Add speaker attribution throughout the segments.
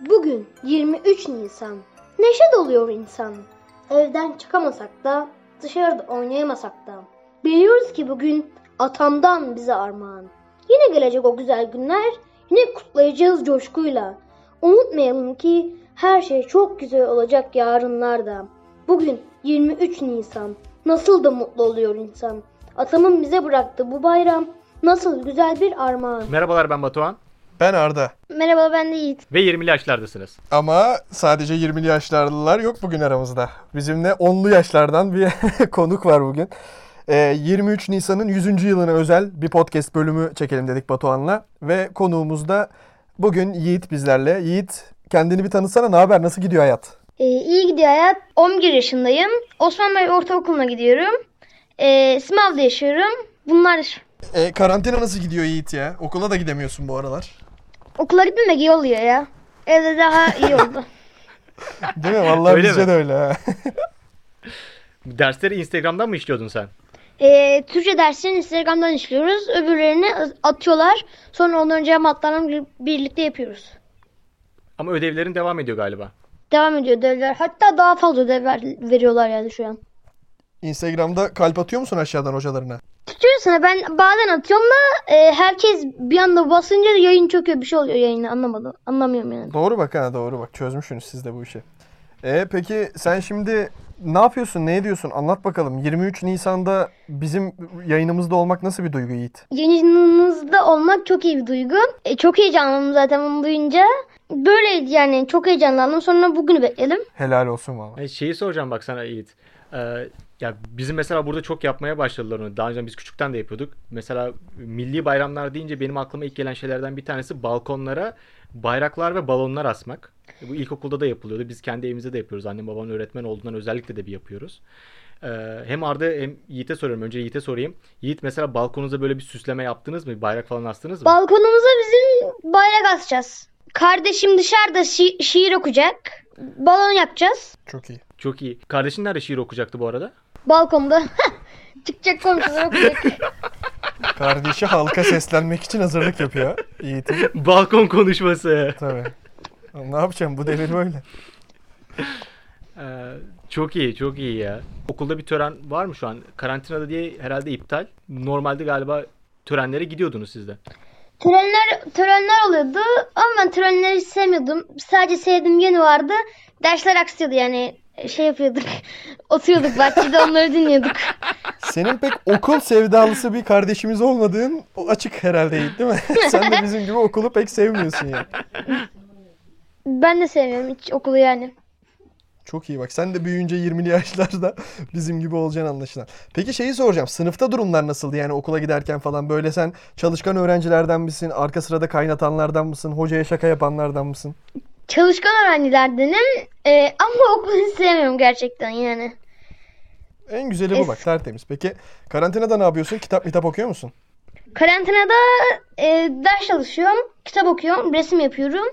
Speaker 1: Bugün 23 Nisan. Neşe doluyor insan. Evden çıkamasak da, dışarıda oynayamasak da. Biliyoruz ki bugün atamdan bize armağan. Yine gelecek o güzel günler, yine kutlayacağız coşkuyla. Unutmayalım ki her şey çok güzel olacak yarınlarda. Bugün 23 Nisan. Nasıl da mutlu oluyor insan. Atamın bize bıraktığı bu bayram nasıl güzel bir armağan.
Speaker 2: Merhabalar ben Batuhan
Speaker 3: Ben Arda.
Speaker 1: Merhaba ben de Yiğit.
Speaker 2: ve 20'li yaşlardasınız.
Speaker 3: Ama sadece 20'li yaşlarlılar yok bugün aramızda. Bizimle 10'lu yaşlardan bir konuk var bugün. Ee, 23 Nisan'ın 100. yılına özel bir podcast bölümü çekelim dedik Batuhan'la. Ve konuğumuz da bugün Yiğit bizlerle. Yiğit kendini bir tanıtsana ne haber nasıl gidiyor hayat?
Speaker 1: Ee, iyi gidiyor hayat. 11 yaşındayım. Osman Bey Ortaokulu'na gidiyorum. Ee, Simav'da yaşıyorum. Bunlar
Speaker 3: Ee, karantina nasıl gidiyor Yiğit ya? Okula da gidemiyorsun bu aralar.
Speaker 1: okula gitmemek iyi oluyor ya. Evde daha iyi oldu.
Speaker 3: Değil mi? Vallahi
Speaker 2: Öyle
Speaker 3: bizce
Speaker 2: mi?
Speaker 3: de öyle. ha.
Speaker 2: Dersleri Instagram'dan mı işliyordun sen?
Speaker 1: Ee, Türkçe derslerini Instagram'dan işliyoruz. Öbürlerini atıyorlar. Sonra onların cevap hatlarını birlikte yapıyoruz.
Speaker 2: Ama ödevlerin devam ediyor galiba.
Speaker 1: Devam ediyor ödevler. Hatta daha fazla ödev ver- veriyorlar yani şu an.
Speaker 3: Instagram'da kalp atıyor musun aşağıdan hocalarına?
Speaker 1: Tutuyor sana ben bazen atıyorum da e, herkes bir anda basınca da yayın çöküyor. Bir şey oluyor yayına anlamadım. Anlamıyorum yani.
Speaker 3: Doğru bak ha doğru bak çözmüşsünüz siz de bu işi. E peki sen şimdi ne yapıyorsun ne ediyorsun anlat bakalım. 23 Nisan'da bizim yayınımızda olmak nasıl bir duygu Yiğit?
Speaker 1: Yayınınızda olmak çok iyi bir duygu. E, çok heyecanlandım zaten bunu duyunca. Böyleydi yani çok heyecanlandım. Sonra bugünü bekledim.
Speaker 3: Helal olsun valla.
Speaker 2: E, şeyi soracağım bak sana Yiğit. Ee, ya bizim mesela burada çok yapmaya başladılar onu. Daha önce biz küçükten de yapıyorduk. Mesela milli bayramlar deyince benim aklıma ilk gelen şeylerden bir tanesi balkonlara bayraklar ve balonlar asmak. E, Bu ilkokulda da yapılıyordu. Biz kendi evimizde de yapıyoruz. Annem babamın öğretmen olduğundan özellikle de bir yapıyoruz. Ee, hem Arda hem Yiğit'e soruyorum. Önce Yiğit'e sorayım. Yiğit mesela balkonunuza böyle bir süsleme yaptınız mı? Bayrak falan astınız mı?
Speaker 1: Balkonumuza bizim bayrak asacağız. Kardeşim dışarıda şi- şiir okuyacak. Balon yapacağız.
Speaker 3: Çok iyi.
Speaker 2: Çok iyi. Kardeşin nerede şiir okuyacaktı bu arada?
Speaker 1: Balkonda. Çıkacak komşular okuyacak.
Speaker 3: Kardeşi halka seslenmek için hazırlık yapıyor Yiğit'in.
Speaker 2: Balkon konuşması.
Speaker 3: Tabii. Oğlum Ne yapacağım bu devir böyle.
Speaker 2: Ee, çok iyi, çok iyi ya. Okulda bir tören var mı şu an? Karantinada diye herhalde iptal. Normalde galiba törenlere gidiyordunuz siz de.
Speaker 1: Törenler törenler oluyordu ama ben törenleri hiç sevmiyordum. Sadece sevdiğim yönü vardı. Dersler aksıyordu yani şey yapıyorduk. Oturuyorduk bahçede onları dinliyorduk.
Speaker 3: Senin pek okul sevdalısı bir kardeşimiz olmadığın o açık herhalde Yiğit değil mi? Sen de bizim gibi okulu pek sevmiyorsun yani.
Speaker 1: Ben de sevmiyorum hiç okulu yani.
Speaker 3: Çok iyi bak. Sen de büyüyünce 20'li yaşlarda bizim gibi olacaksın anlaşılan. Peki şeyi soracağım. Sınıfta durumlar nasıldı? Yani okula giderken falan böyle sen çalışkan öğrencilerden misin? Arka sırada kaynatanlardan mısın? Hocaya şaka yapanlardan mısın?
Speaker 1: Çalışkan öğrencilerdenim e, ama okulu sevmiyorum gerçekten yani.
Speaker 3: En güzeli bu bak. Tertemiz. Peki karantinada ne yapıyorsun? Kitap kitap okuyor musun?
Speaker 1: Karantinada e, ders çalışıyorum, kitap okuyorum, resim yapıyorum.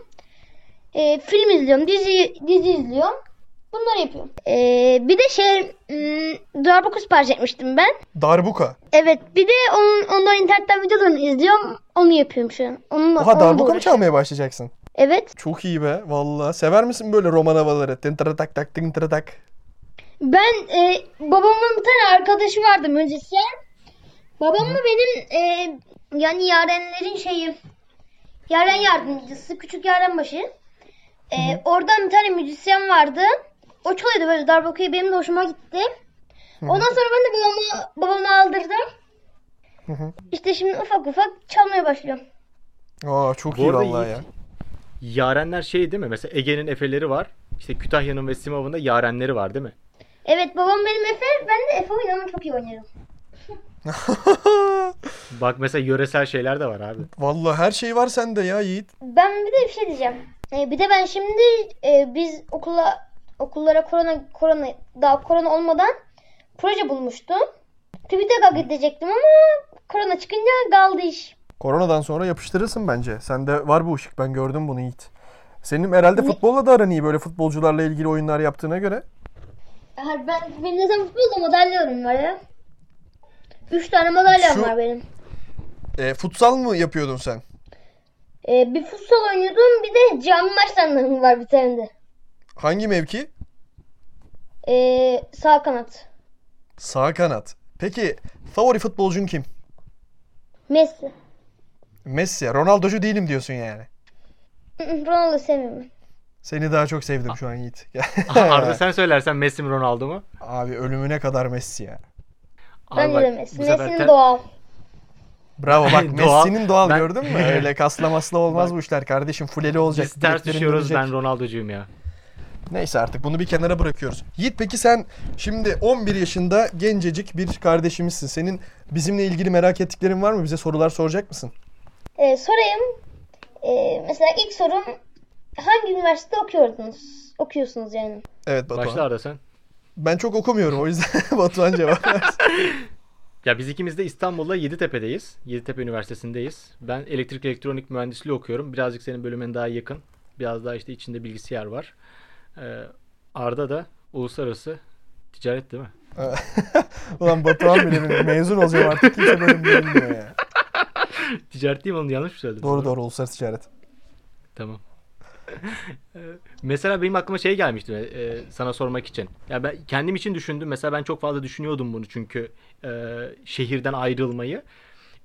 Speaker 1: E, film izliyorum, dizi, dizi izliyorum. Bunları yapıyorum. E, bir de şey, m, darbuka sipariş etmiştim ben.
Speaker 3: Darbuka.
Speaker 1: Evet bir de onun, ondan internetten videolarını izliyorum. Onu yapıyorum şu an. Onunla,
Speaker 3: Oha
Speaker 1: onunla
Speaker 3: darbuka mı
Speaker 1: uğraşıyorum.
Speaker 3: çalmaya başlayacaksın?
Speaker 1: Evet.
Speaker 3: Çok iyi be. Valla. Sever misin böyle roman havaları? Tın tara tak tak tın tara tak.
Speaker 1: Ben e, babamın bir tane arkadaşı vardı müzisyen. Babamla benim e, yani yarenlerin şeyi yaren yardımcısı küçük yarenbaşı. E, oradan bir tane müzisyen vardı. O çalıyordu böyle darbukayı benim de hoşuma gitti. Ondan sonra ben de babamı, babamı aldırdım.
Speaker 3: Hı hı.
Speaker 1: İşte şimdi ufak ufak çalmaya başlıyorum.
Speaker 3: Aa çok
Speaker 2: Bu
Speaker 3: iyi
Speaker 2: arada
Speaker 3: valla
Speaker 2: Yiğit-
Speaker 3: ya.
Speaker 2: Yarenler şey değil mi? Mesela Ege'nin efeleri var. İşte Kütahya'nın ve Simav'ın da yarenleri var değil mi?
Speaker 1: Evet babam benim Efe, ben de Efe oynamayı çok iyi oynarım.
Speaker 2: Bak mesela yöresel şeyler de var abi.
Speaker 3: Valla her şey var sende ya Yiğit.
Speaker 1: Ben bir de bir şey diyeceğim. Ee, bir de ben şimdi e, biz okula okullara korona korona daha korona olmadan proje bulmuştum. TÜBİTAK'a gidecektim ama korona çıkınca kaldı iş.
Speaker 3: Koronadan sonra yapıştırırsın bence. Sende var bu ışık. Ben gördüm bunu Yiğit. Senin herhalde futbolla da aran iyi böyle futbolcularla ilgili oyunlar yaptığına göre.
Speaker 1: Eğer ben benim zaten futbolda madalyalarım var ya. Üç tane madalyam
Speaker 3: Şu-
Speaker 1: var benim.
Speaker 3: E, futsal mı yapıyordun sen?
Speaker 4: Ee, bir futsal oynuyordum bir de cami maçlarım var bir tane de.
Speaker 3: Hangi mevki?
Speaker 4: Ee, sağ kanat.
Speaker 3: Sağ kanat. Peki favori futbolcun kim?
Speaker 4: Messi.
Speaker 3: Messi. Ronaldo'cu değilim diyorsun yani.
Speaker 4: Ronaldo sevmiyorum.
Speaker 3: Seni daha çok sevdim şu an Yiğit.
Speaker 2: Arda sen söylersen Messi mi Ronaldo mu?
Speaker 3: Abi ölümüne kadar Messi ya.
Speaker 4: Bence
Speaker 2: bak,
Speaker 4: de Messi.
Speaker 2: bu sefer
Speaker 4: Messi'nin
Speaker 2: te-
Speaker 4: doğal.
Speaker 3: Bravo bak
Speaker 2: Doğal.
Speaker 3: Messi'nin doğal
Speaker 2: Ben-
Speaker 3: gördün mü? Öyle kasla masla olmaz bu işler kardeşim. Fuleli olacak.
Speaker 2: Biz ters
Speaker 3: bileklerin
Speaker 2: düşüyoruz
Speaker 3: dönecek.
Speaker 2: ben Ronaldo'cuyum ya.
Speaker 3: Neyse artık bunu bir kenara bırakıyoruz. Yiğit peki sen şimdi 11 yaşında gencecik bir kardeşimizsin. Senin bizimle ilgili merak ettiklerin var mı? Bize sorular soracak mısın?
Speaker 1: Ee, sorayım. Ee, mesela ilk sorum hangi üniversitede okuyordunuz? Okuyorsunuz yani.
Speaker 3: Evet Batuhan.
Speaker 2: Başla Arda sen.
Speaker 3: Ben çok okumuyorum o yüzden Batuhan cevap versin.
Speaker 2: Ya biz ikimiz de İstanbul'da Yeditepe'deyiz. Yeditepe Üniversitesi'ndeyiz. Ben elektrik elektronik mühendisliği okuyorum. Birazcık senin bölümüne daha yakın. Biraz daha işte içinde bilgisayar var. Ee, Arda da uluslararası ticaret değil mi?
Speaker 3: Ulan Batuhan bile bilmiyor. mezun olacağım artık kimse bölüm bilmiyor ya.
Speaker 2: Ticaret değil mi onu yanlış mı söyledim?
Speaker 3: Doğru doğru uluslararası ticaret.
Speaker 2: Tamam. Ee, Mesela benim aklıma şey gelmişti e, sana sormak için. Ya ben kendim için düşündüm. Mesela ben çok fazla düşünüyordum bunu çünkü e, şehirden ayrılmayı.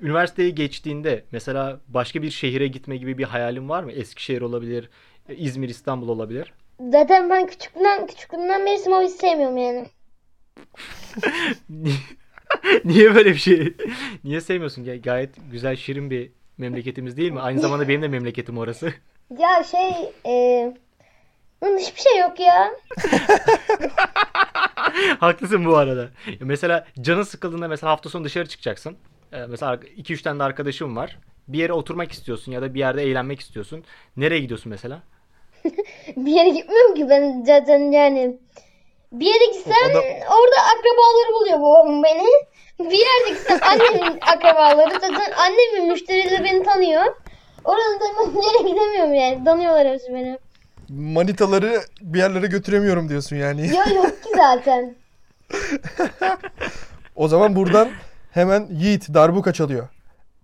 Speaker 2: Üniversiteyi geçtiğinde mesela başka bir şehire gitme gibi bir hayalim var mı? Eskişehir olabilir, e, İzmir, İstanbul olabilir.
Speaker 1: Zaten ben küçüklüğümden, küçüklüğümden beri sınavı hiç sevmiyorum yani.
Speaker 2: Niye böyle bir şey? Niye sevmiyorsun? Ya gayet güzel, şirin bir memleketimiz değil mi? Aynı zamanda benim de memleketim orası.
Speaker 1: Ya şey, e, lan hiçbir şey yok ya.
Speaker 2: Haklısın bu arada. Mesela canın sıkıldığında mesela hafta sonu dışarı çıkacaksın. Ee, mesela 2-3 tane de arkadaşım var. Bir yere oturmak istiyorsun ya da bir yerde eğlenmek istiyorsun. Nereye gidiyorsun mesela?
Speaker 1: Bir yere gitmiyorum ki ben zaten yani. Bir yere gitsem
Speaker 3: adam-
Speaker 1: orada akrabaları buluyor babam beni. Bir yerde gitsem annemin akrabaları zaten annemin müşterileri beni tanıyor. Oradan da bir yere gidemiyorum yani. Tanıyorlar hepsi beni.
Speaker 3: Manitaları bir yerlere götüremiyorum diyorsun yani.
Speaker 1: Ya yok ki zaten.
Speaker 3: O zaman buradan hemen Yiğit darbuka çalıyor.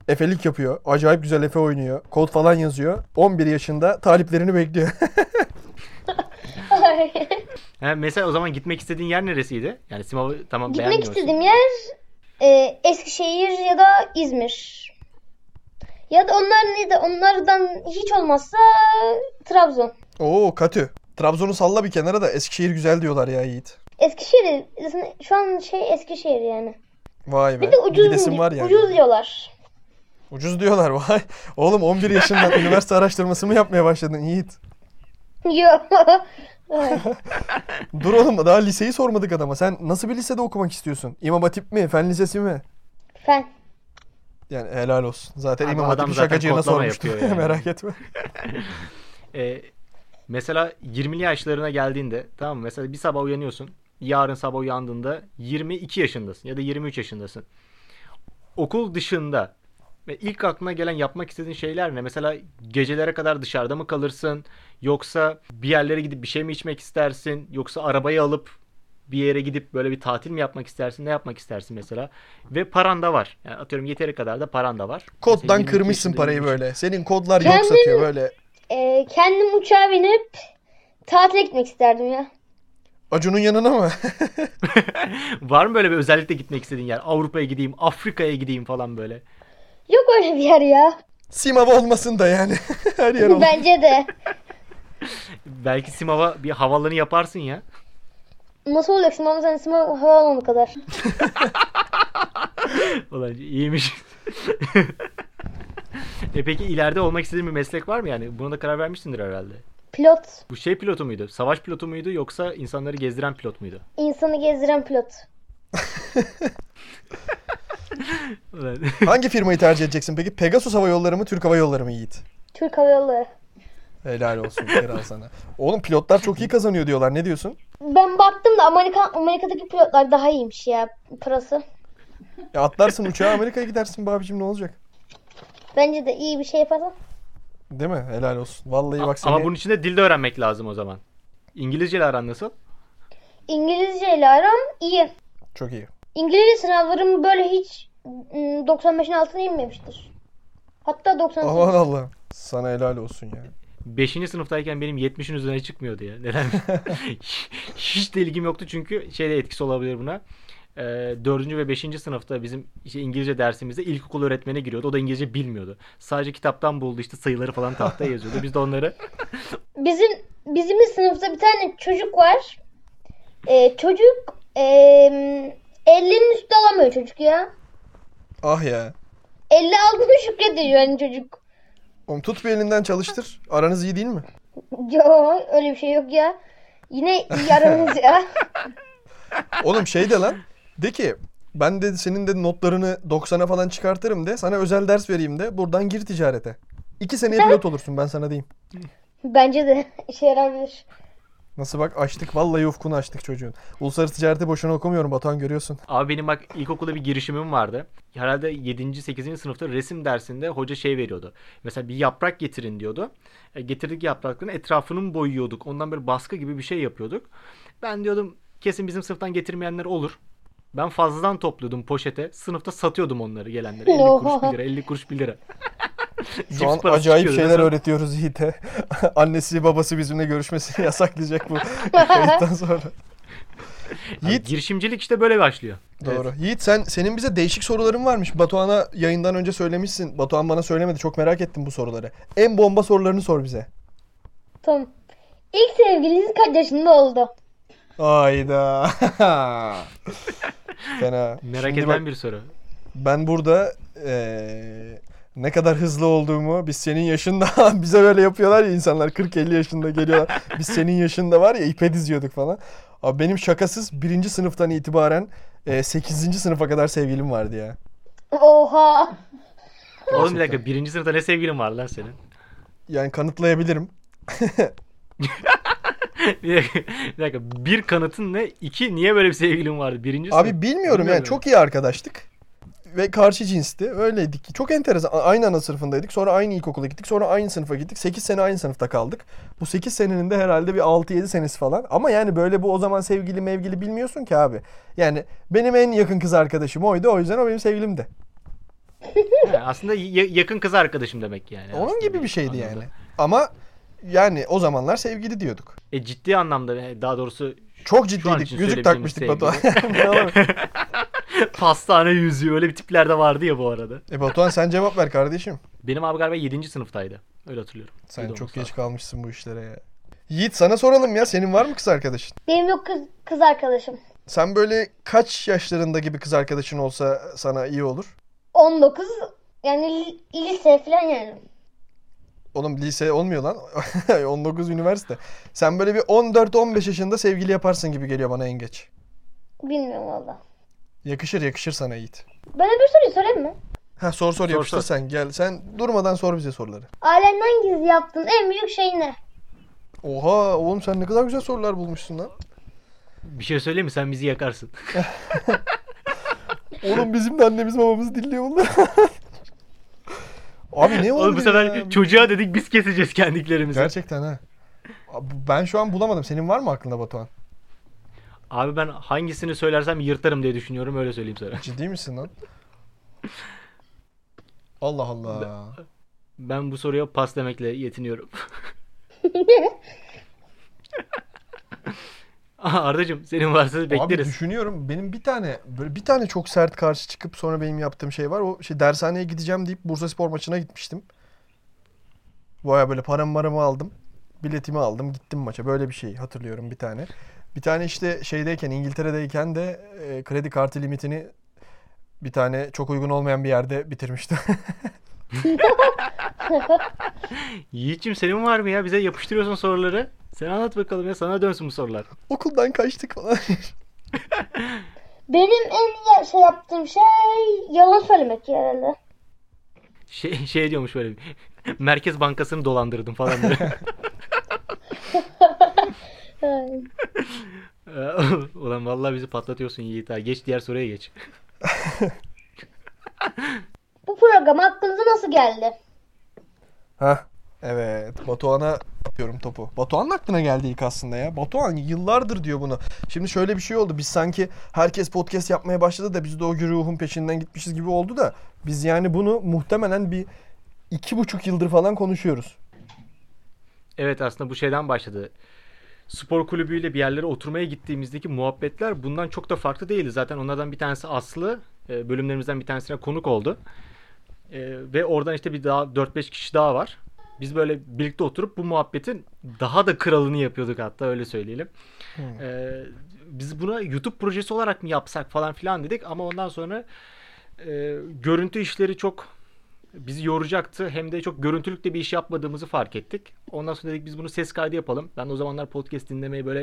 Speaker 3: Efelik yapıyor. Acayip güzel Efe oynuyor. Kod falan yazıyor. 11 yaşında taliplerini bekliyor.
Speaker 2: Ha, mesela o zaman gitmek istediğin yer neresiydi? Yani Simav'ı tamam
Speaker 1: Gitmek
Speaker 2: beğenmiyorsun.
Speaker 1: istediğim yer e, Eskişehir ya da İzmir. Ya da onlar neydi? Onlardan hiç olmazsa Trabzon.
Speaker 3: Oo katı. Trabzon'u salla bir kenara da Eskişehir güzel diyorlar ya Yiğit.
Speaker 1: Eskişehir şu an şey Eskişehir yani.
Speaker 3: Vay be.
Speaker 1: Bir de ucuz
Speaker 3: Gidesim var yani.
Speaker 1: ucuz diyorlar.
Speaker 3: Ucuz diyorlar vay. Oğlum 11 yaşından üniversite araştırması mı yapmaya başladın Yiğit?
Speaker 1: Yok.
Speaker 3: Dur oğlum daha liseyi sormadık adama. Sen nasıl bir lisede okumak istiyorsun? İmam Hatip mi? Fen Lisesi mi?
Speaker 1: Fen.
Speaker 3: Yani helal olsun. Zaten
Speaker 2: Abi
Speaker 3: İmam
Speaker 2: adam
Speaker 3: Hatip'i
Speaker 2: zaten
Speaker 3: şakacığına
Speaker 2: kodlama
Speaker 3: sormuştu.
Speaker 2: yapıyor yani.
Speaker 3: Merak etme.
Speaker 2: Ee, mesela 20'li yaşlarına geldiğinde tamam mı? Mesela bir sabah uyanıyorsun. Yarın sabah uyandığında 22 yaşındasın ya da 23 yaşındasın. Okul dışında ve ilk aklına gelen yapmak istediğin şeyler ne? Mesela gecelere kadar dışarıda mı kalırsın? Yoksa bir yerlere gidip bir şey mi içmek istersin? Yoksa arabayı alıp bir yere gidip böyle bir tatil mi yapmak istersin? Ne yapmak istersin mesela? Ve paran da var. Yani atıyorum yeteri kadar da paran da var. Mesela
Speaker 3: Koddan
Speaker 2: 22
Speaker 3: kırmışsın
Speaker 2: yaşında,
Speaker 3: parayı
Speaker 2: 23
Speaker 3: böyle. Senin kodlar yok
Speaker 1: Kendim-
Speaker 3: satıyor böyle.
Speaker 1: E, kendim uçağa binip tatile gitmek isterdim ya.
Speaker 3: Acun'un yanına mı?
Speaker 2: Var mı böyle bir özellikle gitmek istediğin yer? Avrupa'ya gideyim, Afrika'ya gideyim falan böyle.
Speaker 1: Yok öyle bir yer ya.
Speaker 3: Simav olmasın da yani. Her yer olur.
Speaker 1: Bence de.
Speaker 2: Belki Simav'a bir havalarını yaparsın ya.
Speaker 1: Nasıl olacak? Simav sen Simav havaalanı kadar.
Speaker 2: Ulan iyiymiş. e peki ileride olmak istediğin bir meslek var mı yani? Buna da karar vermişsindir herhalde.
Speaker 1: Pilot.
Speaker 2: Bu şey pilotu muydu? Savaş pilotu muydu yoksa insanları gezdiren pilot muydu?
Speaker 1: insanı gezdiren pilot.
Speaker 2: Ulan
Speaker 3: Hangi firmayı tercih edeceksin peki? Pegasus Hava Yolları mı, Türk Hava Yolları mı Yiğit?
Speaker 1: Türk Hava Yolları.
Speaker 3: Helal olsun kral sana. Oğlum pilotlar çok iyi kazanıyor diyorlar. Ne diyorsun?
Speaker 1: Ben baktım da Amerika, Amerika'daki pilotlar daha iyiymiş ya parası.
Speaker 3: Ya atlarsın uçağa Amerika'ya gidersin babacığım ne olacak?
Speaker 1: Bence de iyi bir şey yaparsan.
Speaker 3: Değil mi? Helal olsun. Vallahi bak seni...
Speaker 2: Ama bunun için de dil de öğrenmek lazım o zaman. İngilizce ile aran nasıl?
Speaker 1: İngilizce ile aram iyi.
Speaker 3: Çok iyi.
Speaker 1: İngilizce ıı, sınavlarım böyle hiç ım, 95'in altına inmemiştir. Hatta 98.
Speaker 3: Aman Allah'ım. Sana helal olsun ya.
Speaker 2: Beşinci sınıftayken benim 70'in üzerine çıkmıyordu ya. Neden? Hiç- Hiç de ilgim yoktu çünkü şeyde etkisi olabilir buna. Ee, dördüncü ve beşinci sınıfta bizim işte İngilizce dersimizde ilkokul öğretmeni giriyordu. O da İngilizce bilmiyordu. Sadece kitaptan buldu işte sayıları falan tahtaya yazıyordu. Biz de onları
Speaker 1: Bizim bizim sınıfta bir tane çocuk var. Ee, çocuk eee 50'nin üstü alamıyor çocuk ya.
Speaker 3: Ah ya.
Speaker 1: 50 aldığını şükrediyor yani çocuk.
Speaker 3: Oğlum tut bir elinden çalıştır. Aranız iyi değil mi?
Speaker 1: Yo öyle bir şey yok ya. Yine yaramız ya.
Speaker 3: Oğlum şey de lan. De ki ben de senin de notlarını 90'a falan çıkartırım de sana özel ders vereyim de buradan gir ticarete. İki seneye pilot olursun ben sana diyeyim.
Speaker 1: Bence de işe yarabilir.
Speaker 3: Nasıl bak açtık vallahi ufkunu açtık çocuğun. Uluslararası ticareti boşuna okumuyorum Batuhan görüyorsun.
Speaker 2: Abi benim bak ilkokulda bir girişimim vardı. Herhalde 7. 8. sınıfta resim dersinde hoca şey veriyordu. Mesela bir yaprak getirin diyordu. E, getirdik yaprakların etrafını mı boyuyorduk? Ondan böyle baskı gibi bir şey yapıyorduk. Ben diyordum kesin bizim sınıftan getirmeyenler olur. Ben fazladan topluyordum poşete. Sınıfta satıyordum onları gelenlere. 50 kuruş 1 lira, 50 kuruş 1 lira. Cips
Speaker 3: Şu an
Speaker 2: parası
Speaker 3: acayip
Speaker 2: çıkıyordu.
Speaker 3: şeyler öğretiyoruz Yiğit'e. Annesi babası bizimle görüşmesini yasaklayacak bu kayıttan sonra.
Speaker 2: Yani
Speaker 3: Yiğit
Speaker 2: girişimcilik işte böyle başlıyor.
Speaker 3: Doğru. Yiğit sen senin bize değişik soruların varmış. Batuhan'a yayından önce söylemişsin. Batuhan bana söylemedi. Çok merak ettim bu soruları. En bomba sorularını sor bize.
Speaker 1: Tamam. İlk sevgiliniz kaç yaşında oldu?
Speaker 3: Ayda. Fena.
Speaker 2: Merak
Speaker 3: Şimdi
Speaker 2: eden
Speaker 3: bak,
Speaker 2: bir soru.
Speaker 3: ben burada eee, ne kadar hızlı olduğumu biz senin yaşında bize böyle yapıyorlar ya insanlar 40-50 yaşında geliyorlar. biz senin yaşında var ya ipe diziyorduk falan. Abi benim şakasız birinci sınıftan itibaren eee 8. sınıfa kadar sevgilim vardı ya.
Speaker 1: Oha.
Speaker 2: Oğlum bir dakika birinci sınıfta ne sevgilin var lan senin?
Speaker 3: Yani kanıtlayabilirim.
Speaker 2: bir dakika, bir dakika. Bir kanıtın ne? İki niye böyle bir sevgilin vardı? Birincisi.
Speaker 3: Abi bilmiyorum, yani
Speaker 2: Bilmiyorum.
Speaker 3: çok iyi arkadaştık. Ve karşı cinsti. Öyleydik. Çok enteresan. A- Aynı ana sınıfındaydık. Sonra aynı ilkokula gittik. Sonra aynı sınıfa gittik. 8 sene aynı sınıfta kaldık. Bu 8 senenin de herhalde bir 6-7 senesi falan. Ama yani böyle bu o zaman sevgili mevgili bilmiyorsun ki abi. Yani benim en yakın kız arkadaşım oydu. O yüzden o benim sevgilimdi.
Speaker 2: Ha, aslında ya- yakın kız arkadaşım demek yani.
Speaker 3: Onun
Speaker 2: aslında
Speaker 3: gibi bir şeydi
Speaker 2: anlamda.
Speaker 3: yani. Ama yani o zamanlar sevgili diyorduk.
Speaker 2: E, ciddi anlamda e, daha doğrusu
Speaker 3: Çok
Speaker 2: an
Speaker 3: ciddiydik.
Speaker 2: için söyleyebileceğimiz
Speaker 3: Yüzük takmıştık
Speaker 2: sevgili.
Speaker 3: Batuhan. İnanamıyorum.
Speaker 2: pastane yüzüğü öyle bir tipler de vardı ya bu arada.
Speaker 3: e Batuhan sen cevap ver kardeşim.
Speaker 2: Benim abi galiba 7. sınıftaydı. Öyle hatırlıyorum.
Speaker 3: Sen
Speaker 2: Öyle
Speaker 3: çok
Speaker 2: olması
Speaker 3: geç kalmışsın bu işlere ya. Yiğit sana soralım ya. Senin var mı kız arkadaşın?
Speaker 1: Benim yok kız, kız arkadaşım.
Speaker 3: Sen böyle kaç yaşlarında gibi kız arkadaşın olsa sana iyi olur?
Speaker 1: 19 yani li- lise falan yani.
Speaker 3: Oğlum lise olmuyor lan. 19 üniversite. Sen böyle bir 14-15 yaşında sevgili yaparsın gibi geliyor bana en geç.
Speaker 1: Bilmiyorum valla.
Speaker 3: Yakışır yakışır sana Yiğit.
Speaker 1: Bana bir soru sorayım mı?
Speaker 3: Ha sor sor,
Speaker 2: Sor,
Speaker 3: yapıştır
Speaker 2: sor.
Speaker 3: sen gel. Sen durmadan sor bize soruları.
Speaker 1: Ailenden gizli yaptığın en büyük şey ne?
Speaker 3: Oha oğlum sen ne kadar güzel sorular bulmuşsun lan.
Speaker 2: lazım. Bir şey söyleyeyim mi? Sen bizi yakarsın.
Speaker 3: Oğlum bizim de annemiz babamız dinliyor bunları. Abi ne oldu
Speaker 2: Oğlum bu sefer
Speaker 3: ya?
Speaker 2: çocuğa dedik biz keseceğiz kendiklerimizi.
Speaker 3: Gerçekten ha. Abi Ben şu an bulamadım. Senin var mı aklında Batuhan?
Speaker 2: Abi ben hangisini söylersem yırtarım diye düşünüyorum öyle söyleyeyim sana.
Speaker 3: Ciddi misin lan? Allah Allah.
Speaker 2: Ben bu soruya pas demekle yetiniyorum. Aha, Ardacığım senin varsa
Speaker 3: Abi
Speaker 2: bekleriz.
Speaker 3: düşünüyorum benim bir tane böyle bir tane çok sert karşı çıkıp sonra benim yaptığım şey var. O şey dershaneye gideceğim deyip Bursaspor maçına gitmiştim. Baya böyle param maramı aldım. Biletimi aldım gittim maça. Böyle bir şey hatırlıyorum bir tane. Bir tane işte şeydeyken İngiltere'deyken de e, kredi kartı limitini bir tane çok uygun olmayan bir yerde bitirmiştim.
Speaker 2: Yiğit'cim senin var mı ya? Bize yapıştırıyorsun soruları. Sen anlat bakalım ya sana dönsün bu sorular.
Speaker 3: Okuldan kaçtık falan.
Speaker 1: Benim en ya- şey yaptığım şey yalan söylemek herhalde.
Speaker 2: Şey, şey diyormuş böyle. bir, Merkez Bankası'nı dolandırdım falan böyle.
Speaker 1: Ay.
Speaker 2: Ulan vallahi bizi patlatıyorsun Yiğit ha. Geç diğer soruya geç.
Speaker 1: Bu program aklınıza nasıl geldi?
Speaker 3: Hah. Evet. Batuhan'a atıyorum topu. Batuhan'ın aklına geldi ilk aslında ya. Batuhan yıllardır diyor bunu. Şimdi şöyle bir şey oldu. Biz sanki herkes podcast yapmaya başladı da biz de o güruhun peşinden gitmişiz gibi oldu da biz yani bunu muhtemelen bir iki buçuk yıldır falan konuşuyoruz.
Speaker 2: Evet aslında bu şeyden başladı. Spor kulübüyle bir yerlere oturmaya gittiğimizdeki muhabbetler bundan çok da farklı değildi. Zaten onlardan bir tanesi Aslı. e, Bölümlerimizden bir tanesine konuk oldu. E, Ve oradan işte bir daha 4-5 kişi daha var. Biz böyle birlikte oturup bu muhabbetin daha da kralını yapıyorduk hatta öyle söyleyelim. E, Biz buna YouTube projesi olarak mı yapsak falan filan dedik ama ondan sonra e, görüntü işleri çok bizi yoracaktı. Hem de çok görüntülük de bir iş yapmadığımızı fark ettik. Ondan sonra dedik biz bunu ses kaydı yapalım. Ben o zamanlar podcast dinlemeyi böyle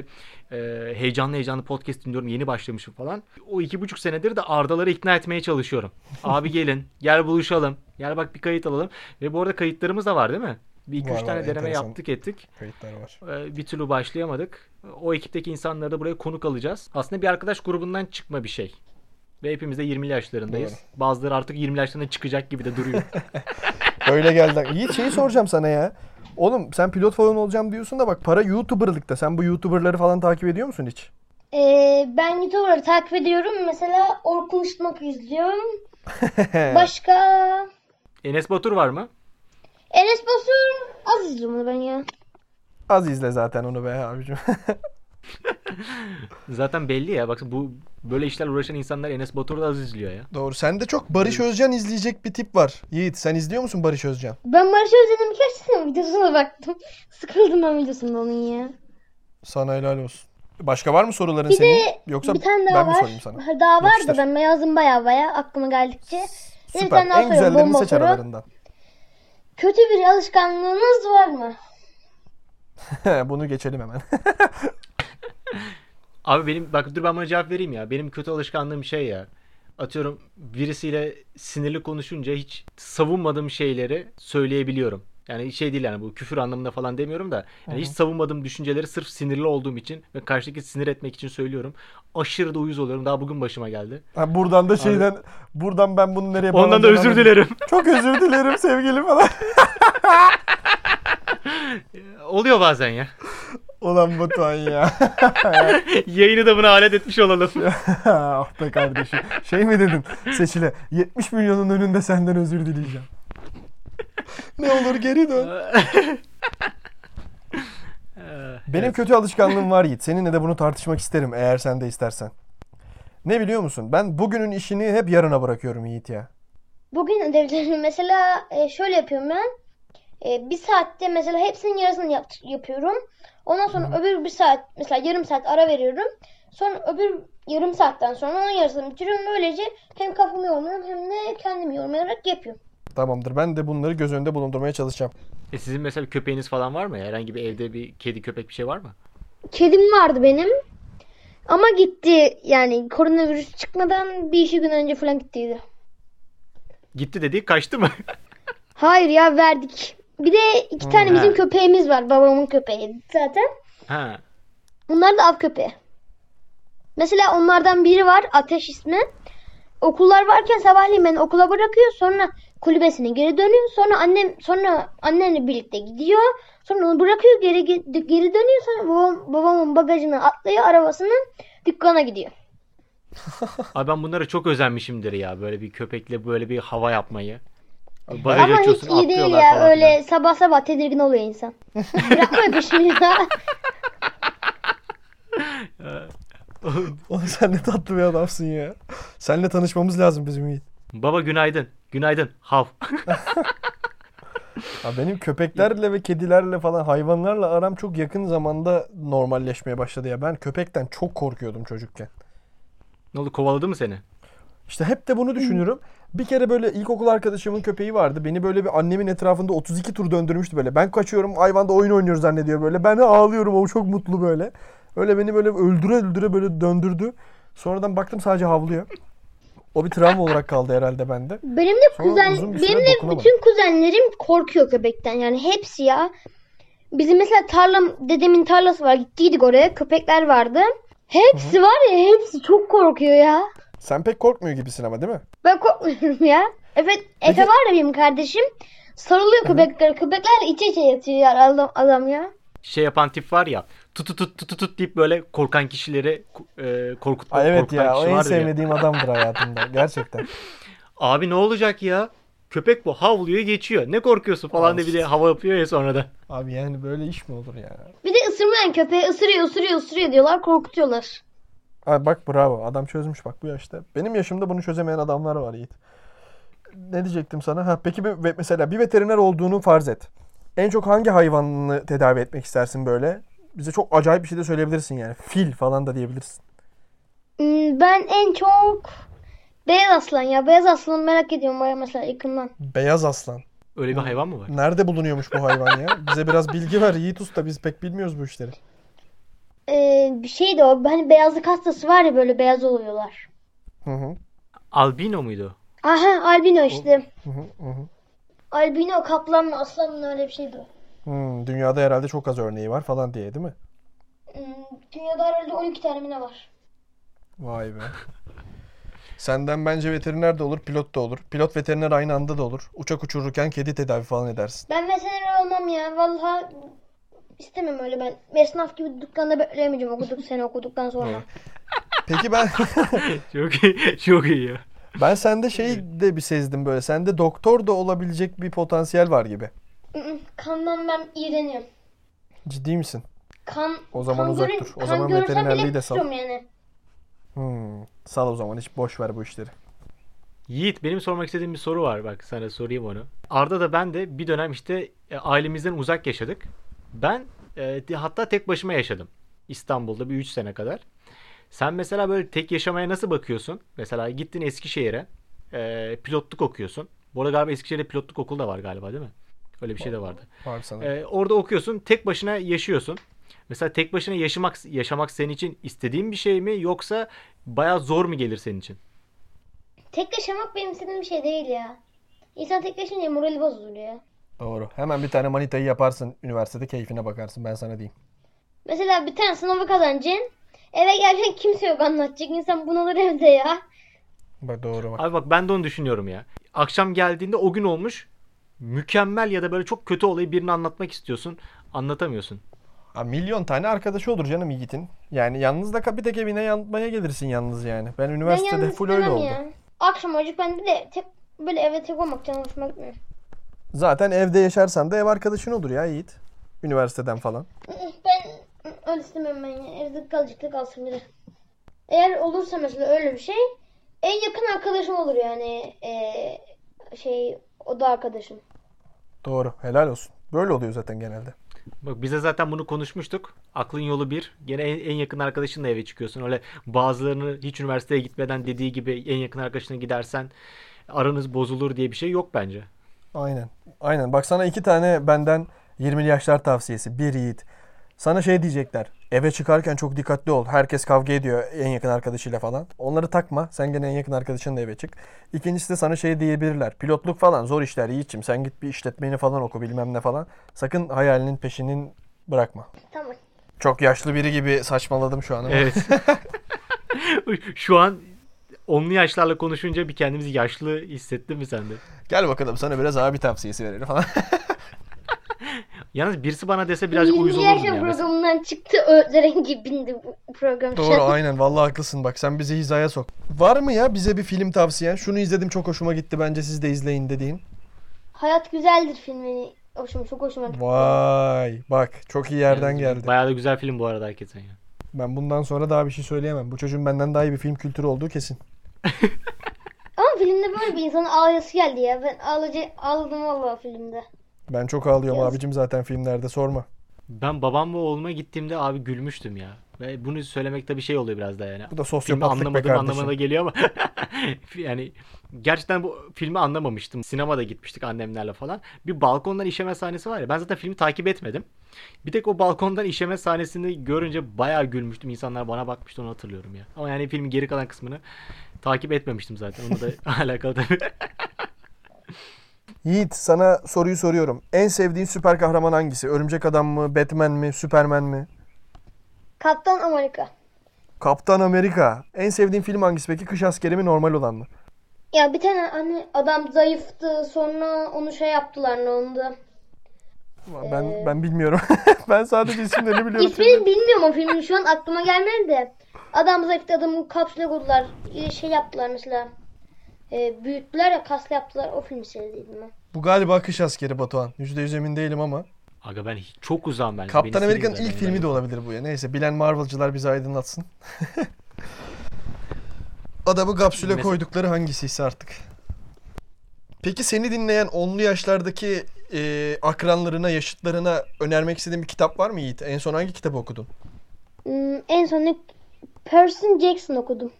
Speaker 2: e, heyecanlı heyecanlı podcast dinliyorum. Yeni başlamışım falan. O iki buçuk senedir de Ardaları ikna etmeye çalışıyorum. Abi gelin, gel buluşalım. Gel bak bir kayıt alalım. Ve bu arada kayıtlarımız da var değil mi? Bir iki
Speaker 3: Var,
Speaker 2: üç tane
Speaker 3: var,
Speaker 2: deneme
Speaker 3: enteresan.
Speaker 2: yaptık ettik.
Speaker 3: Kayıtlar var.
Speaker 2: Ee, bir türlü başlayamadık. O ekipteki insanları da buraya konuk alacağız. Aslında bir arkadaş grubundan çıkma bir şey. Ve hepimiz de 20'li yaşlarındayız. Bazıları artık 20'li yaşlarına çıkacak gibi de duruyor.
Speaker 3: Öyle geldi. İyi şeyi soracağım sana ya. Oğlum sen pilot falan olacağım diyorsun da bak para YouTuber'lıkta. Sen bu YouTuber'ları falan takip ediyor musun hiç?
Speaker 1: Ee, ben YouTuber'ları takip ediyorum. Mesela Orkun Işıtmak izliyorum. Başka
Speaker 2: Enes Batur var mı?
Speaker 1: Enes Batur az izliyorum onu ben ya.
Speaker 3: Az izle zaten onu be abicim.
Speaker 2: Zaten belli ya. Bak bu böyle işlerle uğraşan insanlar Enes Batur'u da az izliyor ya.
Speaker 3: Doğru. Sende çok Barış Özcan izleyecek bir tip var. Yiğit sen izliyor musun Barış Özcan?
Speaker 1: Ben Barış Özcan'ın birkaç tane videosuna baktım. Sıkıldım ben videosunda onun ya.
Speaker 3: Sana helal olsun. Başka var mı soruların
Speaker 1: Bir
Speaker 3: senin?
Speaker 1: de
Speaker 3: Yoksa
Speaker 1: bir tane daha
Speaker 3: ben
Speaker 1: var.
Speaker 3: mi sorayım sana?
Speaker 1: Ha, Daha var
Speaker 3: Yapıştır.
Speaker 1: da ben yazdım baya baya aklıma geldikçe. Bir
Speaker 3: Süper.
Speaker 1: tane daha
Speaker 3: En
Speaker 1: sorayım,
Speaker 3: güzellerini
Speaker 1: bomba
Speaker 3: seç
Speaker 1: soru.
Speaker 3: aralarından.
Speaker 1: Kötü bir alışkanlığınız var mı?
Speaker 3: Bunu geçelim hemen.
Speaker 2: Abi benim bak dur ben buna cevap vereyim ya. Benim kötü alışkanlığım şey ya. Atıyorum birisiyle sinirli konuşunca hiç savunmadığım şeyleri söyleyebiliyorum. Yani şey değil yani bu küfür anlamında falan demiyorum da yani hiç savunmadığım düşünceleri sırf sinirli olduğum için ve karşıdaki sinir etmek için söylüyorum. Aşırı da uyuz oluyorum. Daha bugün başıma geldi.
Speaker 3: Ha, buradan da şeyden buradan ben bunu nereye
Speaker 2: Ondan da
Speaker 3: bağlayacağım
Speaker 2: özür
Speaker 3: anlamadım.
Speaker 2: dilerim.
Speaker 3: Çok özür dilerim sevgilim falan.
Speaker 2: Oluyor bazen ya.
Speaker 3: Ulan Batuhan ya.
Speaker 2: Yayını da buna alet etmiş olalım.
Speaker 3: ah be kardeşim. Şey mi dedin Seçil'e? 70 milyonun önünde senden özür dileyeceğim. ne olur geri dön. Benim kötü alışkanlığım var Yiğit. Seninle de bunu tartışmak isterim eğer sen de istersen. Ne biliyor musun? Ben bugünün işini hep yarına bırakıyorum Yiğit ya.
Speaker 1: Bugün ödevlerimi mesela e, şöyle yapıyorum ben. E, bir saatte mesela hepsinin yarısını yap- yapıyorum. Ondan sonra öbür bir saat mesela yarım saat ara veriyorum. Sonra öbür yarım saatten sonra onun yarısını bitiriyorum. Böylece hem kafamı yormuyorum hem de kendimi yormayarak yapıyorum.
Speaker 3: Tamamdır. Ben de bunları göz önünde bulundurmaya çalışacağım.
Speaker 2: E sizin mesela köpeğiniz falan var mı? Herhangi bir evde bir kedi köpek bir şey var mı?
Speaker 1: Kedim vardı benim. Ama gitti yani koronavirüs çıkmadan bir iki gün önce falan gittiydi.
Speaker 2: Gitti dediği kaçtı mı?
Speaker 1: Hayır ya verdik. Bir de iki tane bizim
Speaker 2: ha.
Speaker 1: köpeğimiz var. Babamın köpeği zaten.
Speaker 2: ha.
Speaker 1: Bunlar da av köpeği. Mesela onlardan biri var Ateş ismi. Okullar varken sabahleyin beni okula bırakıyor. Sonra kulübesine geri dönüyor. Sonra annem sonra annemle birlikte gidiyor. Sonra onu bırakıyor geri geri dönüyor. Sonra babam, babamın bagajına atlıyor arabasının dükkana gidiyor.
Speaker 2: Abi ben bunlara çok özenmişimdir ya. Böyle bir köpekle böyle bir hava yapmayı. Bagaj
Speaker 1: Ama hiç
Speaker 2: açıyorsun,
Speaker 1: iyi değil
Speaker 2: atlıyorlar
Speaker 1: ya
Speaker 2: falan
Speaker 1: öyle
Speaker 2: filan.
Speaker 1: sabah sabah tedirgin oluyor insan. Bırakma peşini ya.
Speaker 3: Oğlum sen ne tatlı bir adamsın ya. Seninle tanışmamız lazım bizim Yiğit.
Speaker 2: Baba günaydın. Günaydın. Hav.
Speaker 3: Ya benim köpeklerle ve kedilerle falan hayvanlarla aram çok yakın zamanda normalleşmeye başladı ya. Ben köpekten çok korkuyordum çocukken.
Speaker 2: ne oldu kovaladı mı seni?
Speaker 3: İşte hep de bunu düşünürüm. Bir kere böyle ilkokul arkadaşımın köpeği vardı. Beni böyle bir annemin etrafında 32 tur döndürmüştü böyle. Ben kaçıyorum hayvan da oyun oynuyor zannediyor böyle. Ben de ağlıyorum o çok mutlu böyle. Öyle beni böyle öldüre öldüre böyle döndürdü. Sonradan baktım sadece havlıyor. O bir travma olarak kaldı herhalde bende.
Speaker 1: Benim de
Speaker 3: Sonra
Speaker 1: kuzen,
Speaker 3: uzun bir süre
Speaker 1: benim de
Speaker 3: dokunamadım.
Speaker 1: bütün kuzenlerim korkuyor köpekten. Yani hepsi ya. Bizim mesela tarlam, dedemin tarlası var. Gittiydik oraya. Köpekler vardı. Hepsi var ya hepsi çok korkuyor ya.
Speaker 3: Sen pek korkmuyor gibisin ama değil mi?
Speaker 1: Ben korkmuyorum ya. Evet, Efe var ya benim kardeşim. Sarılıyor köpekler. Köpekler iç içe yatıyor ya adam, adam ya.
Speaker 2: Şey yapan tip var ya. Tut tut tut tut tut deyip böyle korkan kişileri e, korkutma
Speaker 3: Ay evet
Speaker 2: korkutan
Speaker 3: ya o
Speaker 2: kişi
Speaker 3: en
Speaker 2: vardır ya.
Speaker 3: sevmediğim adamdır hayatımda gerçekten.
Speaker 2: Abi ne olacak ya? Köpek bu havluyor geçiyor. Ne korkuyorsun falan diye bir de hava yapıyor ya sonradan.
Speaker 3: Abi yani böyle iş mi olur ya?
Speaker 1: Bir de ısırmayan köpeği ısırıyor ısırıyor ısırıyor diyorlar korkutuyorlar.
Speaker 3: Ay bak bravo adam çözmüş bak bu yaşta. Benim yaşımda bunu çözemeyen adamlar var Yiğit. Ne diyecektim sana? Ha, peki bir, ve- mesela bir veteriner olduğunu farz et. En çok hangi hayvanını tedavi etmek istersin böyle? Bize çok acayip bir şey de söyleyebilirsin yani. Fil falan da diyebilirsin.
Speaker 1: Hmm, Ben en çok beyaz aslan ya beyaz aslanı merak ediyorum baya mesela yakından.
Speaker 3: Beyaz aslan.
Speaker 2: Öyle bir hayvan mı var?
Speaker 3: Nerede bulunuyormuş bu hayvan ya? Bize biraz bilgi ver Yiğit Usta biz pek bilmiyoruz bu işleri.
Speaker 1: Ee, bir şey de o hani beyazlık hastası var ya böyle beyaz oluyorlar.
Speaker 3: Hı hı.
Speaker 2: Albino muydu?
Speaker 1: Aha albino işte.
Speaker 3: hı hı, hı hı.
Speaker 1: Albino kaplan mı aslan mı öyle bir şeydi.
Speaker 3: Hmm, dünyada herhalde çok az örneği var falan diye değil mi?
Speaker 1: Hmm, Dünyada herhalde 12 tane mi ne var?
Speaker 3: Vay be. Senden bence veteriner de olur, pilot da olur. Pilot veteriner aynı anda da olur. Uçak uçururken kedi tedavi falan edersin.
Speaker 1: Ben veteriner olmam ya. Vallahi istemem öyle ben. Esnaf gibi dükkanda bekleyemeyeceğim okuduk seni okuduktan sonra.
Speaker 3: Peki ben
Speaker 2: Çok iyi. Çok iyi ya.
Speaker 3: ben sende şey de bir sezdim böyle. Sende doktor da olabilecek bir potansiyel var gibi.
Speaker 1: Mm-mm, Hmm, Kandan ben iğreniyorum.
Speaker 3: Ciddi misin?
Speaker 1: Kan,
Speaker 3: O zaman
Speaker 1: kan
Speaker 3: uzak
Speaker 1: görün-
Speaker 3: dur. O
Speaker 1: kan
Speaker 3: zaman
Speaker 1: görsem
Speaker 3: veterinerliği
Speaker 1: bile
Speaker 3: de sal.
Speaker 1: tutuyorum yani.
Speaker 3: Hmm. Sal o zaman hiç boş ver bu işleri.
Speaker 2: Yiğit benim sormak istediğim bir soru var. Bak sana sorayım onu. Arda da ben de bir dönem işte e, ailemizden uzak yaşadık. Ben e, te- hatta tek başıma yaşadım. İstanbul'da bir 3 sene kadar. Sen mesela böyle tek yaşamaya nasıl bakıyorsun? Mesela gittin Eskişehir'e e, pilotluk okuyorsun. Bu arada galiba Eskişehir'de pilotluk okulu da var galiba değil mi? Öyle bir şey de vardı.
Speaker 3: Var sana.
Speaker 2: Ee, orada okuyorsun, tek başına yaşıyorsun. Mesela tek başına yaşamak yaşamak senin için istediğin bir şey mi yoksa bayağı zor mu gelir senin için?
Speaker 1: Tek yaşamak benim istediğim bir şey değil ya. İnsan tek yaşayınca morali bozulur ya.
Speaker 3: Doğru. Hemen bir tane manitayı yaparsın. Üniversitede keyfine bakarsın ben sana diyeyim.
Speaker 1: Mesela bir tane sınavı kazanacaksın. Eve geleceksin kimse yok anlatacak. İnsan bunalır evde ya.
Speaker 3: Bak doğru bak.
Speaker 2: Abi bak ben de onu düşünüyorum ya. Akşam geldiğinde o gün olmuş. Mükemmel ya da böyle çok kötü olayı birine anlatmak istiyorsun. Anlatamıyorsun.
Speaker 3: Ha, milyon tane arkadaşı olur canım Yiğit'in. Yani yalnız da bir tek evine yanmaya gelirsin yalnız yani. Ben
Speaker 1: Ben
Speaker 3: üniversitede
Speaker 1: yalnız
Speaker 3: full öyle
Speaker 1: istemem
Speaker 3: oldu.
Speaker 1: ya. Akşam acık ben de tek böyle eve tek olmak canım hoşuma gitmiyor.
Speaker 3: Zaten evde yaşarsan da ev arkadaşın olur ya Yiğit. Üniversiteden falan.
Speaker 1: Ben öyle istemiyorum ben ya. Evde kalıcıkta kalsın biri. Eğer olursa mesela öyle bir şey en yakın arkadaşım olur yani eee, şey oda arkadaşım.
Speaker 3: Doğru. Helal olsun. Böyle oluyor zaten genelde.
Speaker 2: Bak bize zaten bunu konuşmuştuk. Aklın yolu bir. Gene en, en yakın arkadaşınla eve çıkıyorsun. Öyle bazılarını hiç üniversiteye gitmeden dediği gibi en yakın arkadaşına gidersen aranız bozulur diye bir şey yok bence.
Speaker 3: Aynen. Aynen. Bak sana iki tane benden 20'li yaşlar tavsiyesi. Bir Yiğit. Sana şey diyecekler. Eve çıkarken çok dikkatli ol. Herkes kavga ediyor en yakın arkadaşıyla falan. Onları takma. Sen gene en yakın arkadaşınla eve çık. İkincisi de sana şey diyebilirler. Pilotluk falan zor işler Yiğit'ciğim. Sen git bir işletmeni falan oku bilmem ne falan. Sakın hayalinin peşinin bırakma.
Speaker 1: Tamam.
Speaker 3: Çok yaşlı biri gibi saçmaladım şu an ama.
Speaker 2: Evet. Şu an onlu yaşlarla konuşunca bir kendimizi yaşlı hissettin mi sen de?
Speaker 3: Gel bakalım sana biraz abi tavsiyesi verelim falan.
Speaker 2: Yalnız birisi bana dese birazcık uyuz
Speaker 1: Yeni
Speaker 2: olurdum
Speaker 1: yaşam
Speaker 2: ya. Mesela.
Speaker 1: programından çıktı özerengi bindi bu program. şu
Speaker 3: Doğru
Speaker 1: an.
Speaker 3: aynen vallahi haklısın bak sen bizi hizaya sok. Var mı ya bize bir film tavsiyen? Şunu izledim çok hoşuma gitti bence siz de izleyin dediğin.
Speaker 1: Hayat güzeldir filmini. Hoşuma çok hoşuma gitti.
Speaker 3: Vay bak çok iyi yerden
Speaker 2: Yani
Speaker 3: geldi.
Speaker 2: Bayağı da güzel film bu arada hakikaten ya.
Speaker 3: Ben bundan sonra daha bir şey söyleyemem. Bu çocuğun benden daha iyi bir film kültürü olduğu kesin.
Speaker 1: Ama filmde böyle bir insanın ağlayası geldi ya. Ben ağlayacak ağladım vallahi filmde.
Speaker 3: Ben çok ağlıyorum
Speaker 1: Yaz.
Speaker 3: abicim zaten filmlerde sorma.
Speaker 2: Ben babamla oğluma gittiğimde abi gülmüştüm ya. Ve bunu söylemekte bir şey oluyor biraz da yani.
Speaker 3: Bu da
Speaker 2: Filmi
Speaker 3: sosyopatlık be
Speaker 2: anlamadığım
Speaker 3: kardeşim.
Speaker 2: anlamına geliyor ama yani gerçekten bu filmi anlamamıştım. Sinemada gitmiştik annemlerle falan. Bir balkondan işeme sahnesi var ya. Ben zaten filmi takip etmedim. Bir tek o balkondan işeme sahnesini görünce bayağı gülmüştüm. İnsanlar bana bakmıştı onu hatırlıyorum ya. Ama yani filmin geri kalan kısmını takip etmemiştim zaten. Onunla da alakalı tabii.
Speaker 3: Yiğit sana soruyu soruyorum. En sevdiğin süper kahraman hangisi? Örümcek Adam mı? Batman mi? Superman mi?
Speaker 1: Kaptan Amerika.
Speaker 3: Kaptan Amerika. En sevdiğin film hangisi peki? Kış Askeri mi? Normal olan mı?
Speaker 1: Ya bir tane hani adam zayıftı sonra onu şey yaptılar ne oldu?
Speaker 3: Ben ben bilmiyorum. ben sadece isimlerini biliyorum.
Speaker 1: İsmini bilmiyorum o filmin şu an aklıma gelmedi de. Adam zayıftı adamı kapsüle koydular. Ee, Şey yaptılar e, mesela. e, büyüttüler ya kaslı yaptılar. O filmi sevdiydim ben.
Speaker 3: Bu galiba Kış Askeri Batuhan. %100 emin değilim ama.
Speaker 2: Aga ben hiç- çok uzağım ben. Beni
Speaker 3: Kaptan
Speaker 2: silin
Speaker 3: Amerika'nın
Speaker 2: zaten,
Speaker 3: ilk
Speaker 2: ben
Speaker 3: filmi de olabilir bu ya. Neyse bilen Marvel'cılar bizi aydınlatsın. Adamı kapsüle
Speaker 2: Mes-
Speaker 3: koydukları hangisiyse artık. Peki seni dinleyen onlu yaşlardaki e, akranlarına, yaşıtlarına önermek istediğin bir kitap var mı Yiğit? En son hangi kitabı okudun?
Speaker 1: Hmm, en son Percy Jackson okudum.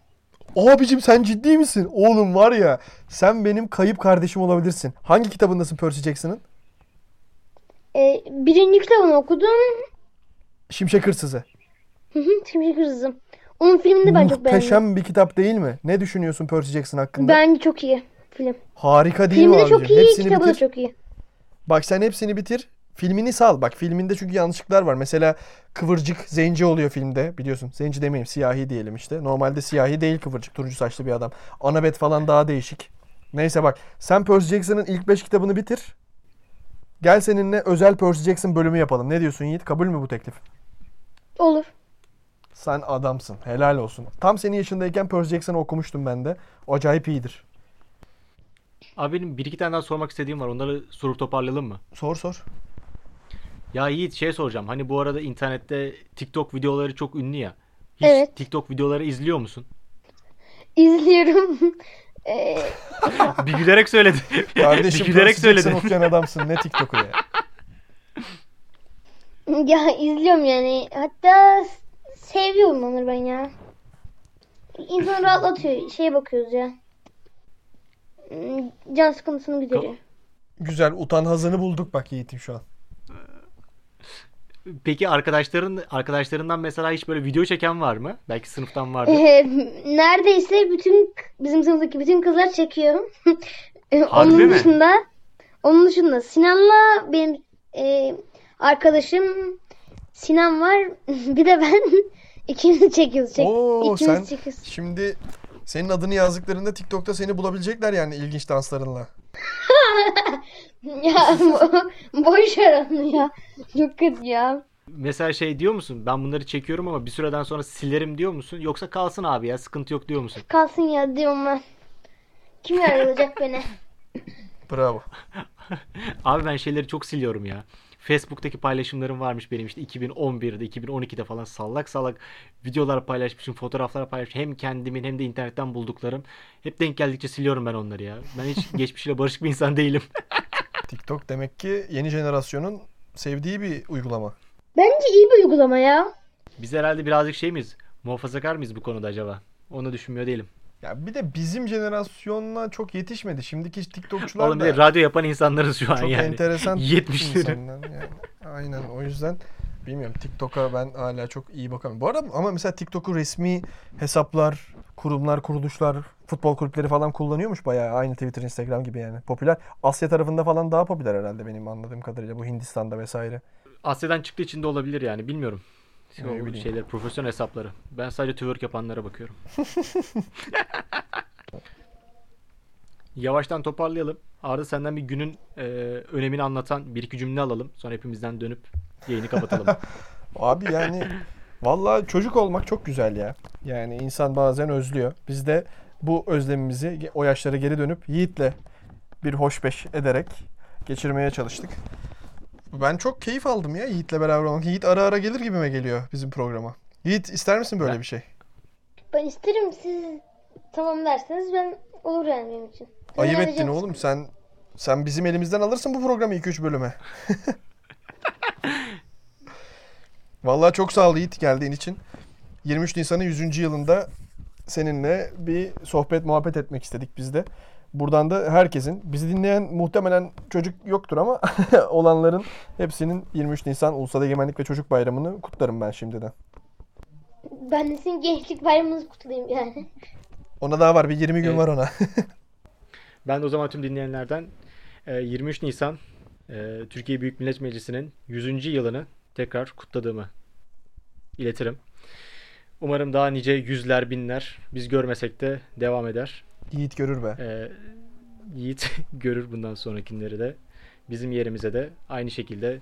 Speaker 3: Abicim sen ciddi misin? Oğlum var ya sen benim kayıp kardeşim olabilirsin. Hangi kitabındasın Percy Jackson'ın?
Speaker 1: E, birinci kitabını okudum.
Speaker 3: Şimşek Hırsızı.
Speaker 1: Hı hı, Şimşek Hırsızım. Onun filmini de ben çok beğendim.
Speaker 3: Muhteşem bir kitap değil mi? Ne düşünüyorsun Percy Jackson hakkında?
Speaker 1: Bence çok iyi film.
Speaker 3: Harika değil mi
Speaker 1: Filmi de
Speaker 3: abicim?
Speaker 1: çok iyi,
Speaker 3: Hepsini
Speaker 1: kitabı da
Speaker 3: bitir.
Speaker 1: çok iyi.
Speaker 3: Bak sen hepsini bitir. Filmini sal. Bak filminde çünkü yanlışlıklar var. Mesela kıvırcık zenci oluyor filmde biliyorsun. Zenci demeyeyim siyahi diyelim işte. Normalde siyahi değil kıvırcık. Turuncu saçlı bir adam. Anabet falan daha değişik. Neyse bak sen Percy Jackson'ın ilk 5 kitabını bitir. Gel seninle özel Percy Jackson bölümü yapalım. Ne diyorsun Yiğit? Kabul mü bu teklif?
Speaker 1: Olur.
Speaker 3: Sen adamsın. Helal olsun. Tam senin yaşındayken Percy Jackson'ı okumuştum ben de. Acayip iyidir.
Speaker 2: Abi benim bir iki tane daha sormak istediğim var. Onları sorup toparlayalım mı?
Speaker 3: Sor sor.
Speaker 2: Ya Yiğit şey soracağım. Hani bu arada internette TikTok videoları çok ünlü ya. Hiç
Speaker 1: Evet.
Speaker 2: TikTok videoları izliyor musun?
Speaker 1: İzliyorum. E,
Speaker 2: Bir gülerek söyledin.
Speaker 3: Kardeşim
Speaker 2: bir şey gülerek
Speaker 3: Percy Jackson
Speaker 2: söyledin.
Speaker 3: okuyan adamsın. Ne TikTok'u ya.
Speaker 1: ya izliyorum yani. Hatta s- seviyorum onları ben ya. İnsanı rahatlatıyor. Şeye bakıyoruz ya. Hmm, Can sıkıntısını gideriyor.
Speaker 3: Güzel. Utan hazını bulduk bak Yiğit'im şu an.
Speaker 2: Peki arkadaşların arkadaşlarından mesela hiç böyle video çeken var mı? Belki sınıftan vardır.
Speaker 1: Ee, neredeyse bütün bizim sınıftaki bütün kızlar çekiyor. Ee,
Speaker 2: Harbi
Speaker 1: onun
Speaker 2: mi?
Speaker 1: dışında onun dışında Sinan'la benim e, arkadaşım Sinan var. bir de ben ikimiz çekiyoruz. Çek,
Speaker 3: Oo,
Speaker 1: ikimiz
Speaker 3: sen-
Speaker 1: çekiyoruz.
Speaker 3: Şimdi senin adını yazdıklarında TikTok'ta seni bulabilecekler yani ilginç danslarınla.
Speaker 1: Ya bo- boş ver onu ya. Çok kötü ya.
Speaker 2: Mesela şey diyor musun? Ben bunları çekiyorum ama bir süreden sonra silerim diyor musun? Yoksa kalsın abi ya sıkıntı yok diyor musun?
Speaker 1: Kalsın ya diyorum ben. Kim yargılayacak beni?
Speaker 3: Bravo.
Speaker 2: Abi ben şeyleri çok siliyorum ya. Facebook'taki paylaşımlarım varmış benim işte 2011'de, 2012'de falan sallak salak videolar paylaşmışım, fotoğraflar paylaşmışım. Hem kendimin hem de internetten bulduklarım. Hep denk geldikçe siliyorum ben onları ya. Ben hiç geçmişle barışık bir insan değilim.
Speaker 3: TikTok demek ki yeni jenerasyonun sevdiği bir uygulama.
Speaker 1: Bence iyi bir uygulama ya.
Speaker 2: Biz herhalde birazcık şey miyiz? Muhafazakar mıyız bu konuda acaba? Onu düşünmüyor değilim.
Speaker 3: Ya bir de bizim jenerasyonla çok yetişmedi. Şimdiki TikTokçular
Speaker 2: Oğlum bir de
Speaker 3: da
Speaker 2: radyo yapan insanlarız şu an
Speaker 3: çok
Speaker 2: yani.
Speaker 3: enteresan
Speaker 2: 70'leri.
Speaker 3: insanlar yani. Aynen o yüzden bilmiyorum TikTok'a ben hala çok iyi bakamıyorum. Bu arada ama mesela TikTok'u resmi hesaplar, kurumlar, kuruluşlar, futbol kulüpleri falan kullanıyormuş bayağı aynı Twitter, Instagram gibi yani. Popüler. Asya tarafında falan daha popüler herhalde benim anladığım kadarıyla bu Hindistan'da vesaire.
Speaker 2: Asya'dan çıktığı için de olabilir yani bilmiyorum.
Speaker 3: Ne
Speaker 2: O
Speaker 3: bileyim.
Speaker 2: şeyler profesyonel hesapları. Ben sadece twerk yapanlara bakıyorum. Yavaştan toparlayalım. Arda senden bir günün e, önemini anlatan bir iki cümle alalım. Sonra hepimizden dönüp yayını kapatalım.
Speaker 3: Abi yani vallahi çocuk olmak çok güzel ya. Yani insan bazen özlüyor. Biz de bu özlemimizi ge- o yaşlara geri dönüp Yiğit'le bir hoşbeş ederek geçirmeye çalıştık. Ben çok keyif aldım ya Yiğit'le beraber olmak. Yiğit ara ara gelir gibime geliyor bizim programa. Yiğit ister misin böyle bir şey?
Speaker 1: Ben isterim siz tamam derseniz ben olur yani benim için. Siz
Speaker 3: Ayıp ettin
Speaker 1: vereceksiniz.
Speaker 3: oğlum sen sen bizim elimizden alırsın bu programı 2-3 bölüme. Vallahi çok sağ ol Yiğit geldiğin için. 23 Nisan'ın 100. yılında seninle bir sohbet muhabbet etmek istedik biz de. Buradan da herkesin, bizi dinleyen muhtemelen çocuk yoktur ama olanların hepsinin 23 Nisan Ulusal Egemenlik ve Çocuk Bayramı'nı kutlarım ben şimdiden.
Speaker 1: Ben de sizin gençlik bayramınızı kutlayayım yani.
Speaker 3: Ona daha var bir 20 gün
Speaker 2: Evet.
Speaker 3: var ona.
Speaker 2: ben de o zaman tüm dinleyenlerden e, 23 Nisan e, Türkiye Büyük Millet Meclisi'nin 100. yılını tekrar kutladığımı iletirim. Umarım daha nice yüzler, binler biz görmesek de devam eder.
Speaker 3: Yiğit görür be.
Speaker 2: Ee, Yiğit görür bundan sonrakileri de. Bizim yerimize de aynı şekilde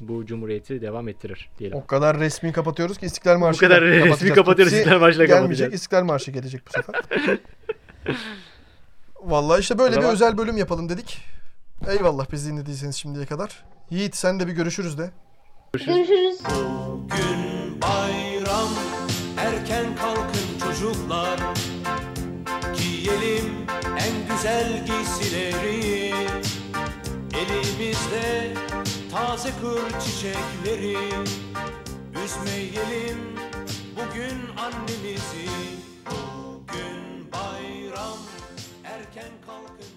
Speaker 2: bu cumhuriyeti devam ettirir diyelim.
Speaker 3: O kadar resmi kapatıyoruz ki İstiklal Marşı.
Speaker 2: kadar resmi kapatıyoruz, İstiklal Marşı'yla
Speaker 3: gelmeyecek,
Speaker 2: kapatacağız.
Speaker 3: İstiklal Marşı gelecek bu sefer. Vallahi işte böyle
Speaker 2: O
Speaker 3: bir
Speaker 2: zaman-
Speaker 3: özel bölüm yapalım dedik. Eyvallah bizi dinlediyseniz şimdiye kadar. Yiğit sen de bir görüşürüz de.
Speaker 1: Görüşürüz.
Speaker 5: Bugün bayram erken kalkın çocuklar Giyelim en güzel giysileri Elimizde taze kır çiçekleri Üzmeyelim bugün annemizi Bugün bayram erken kalkın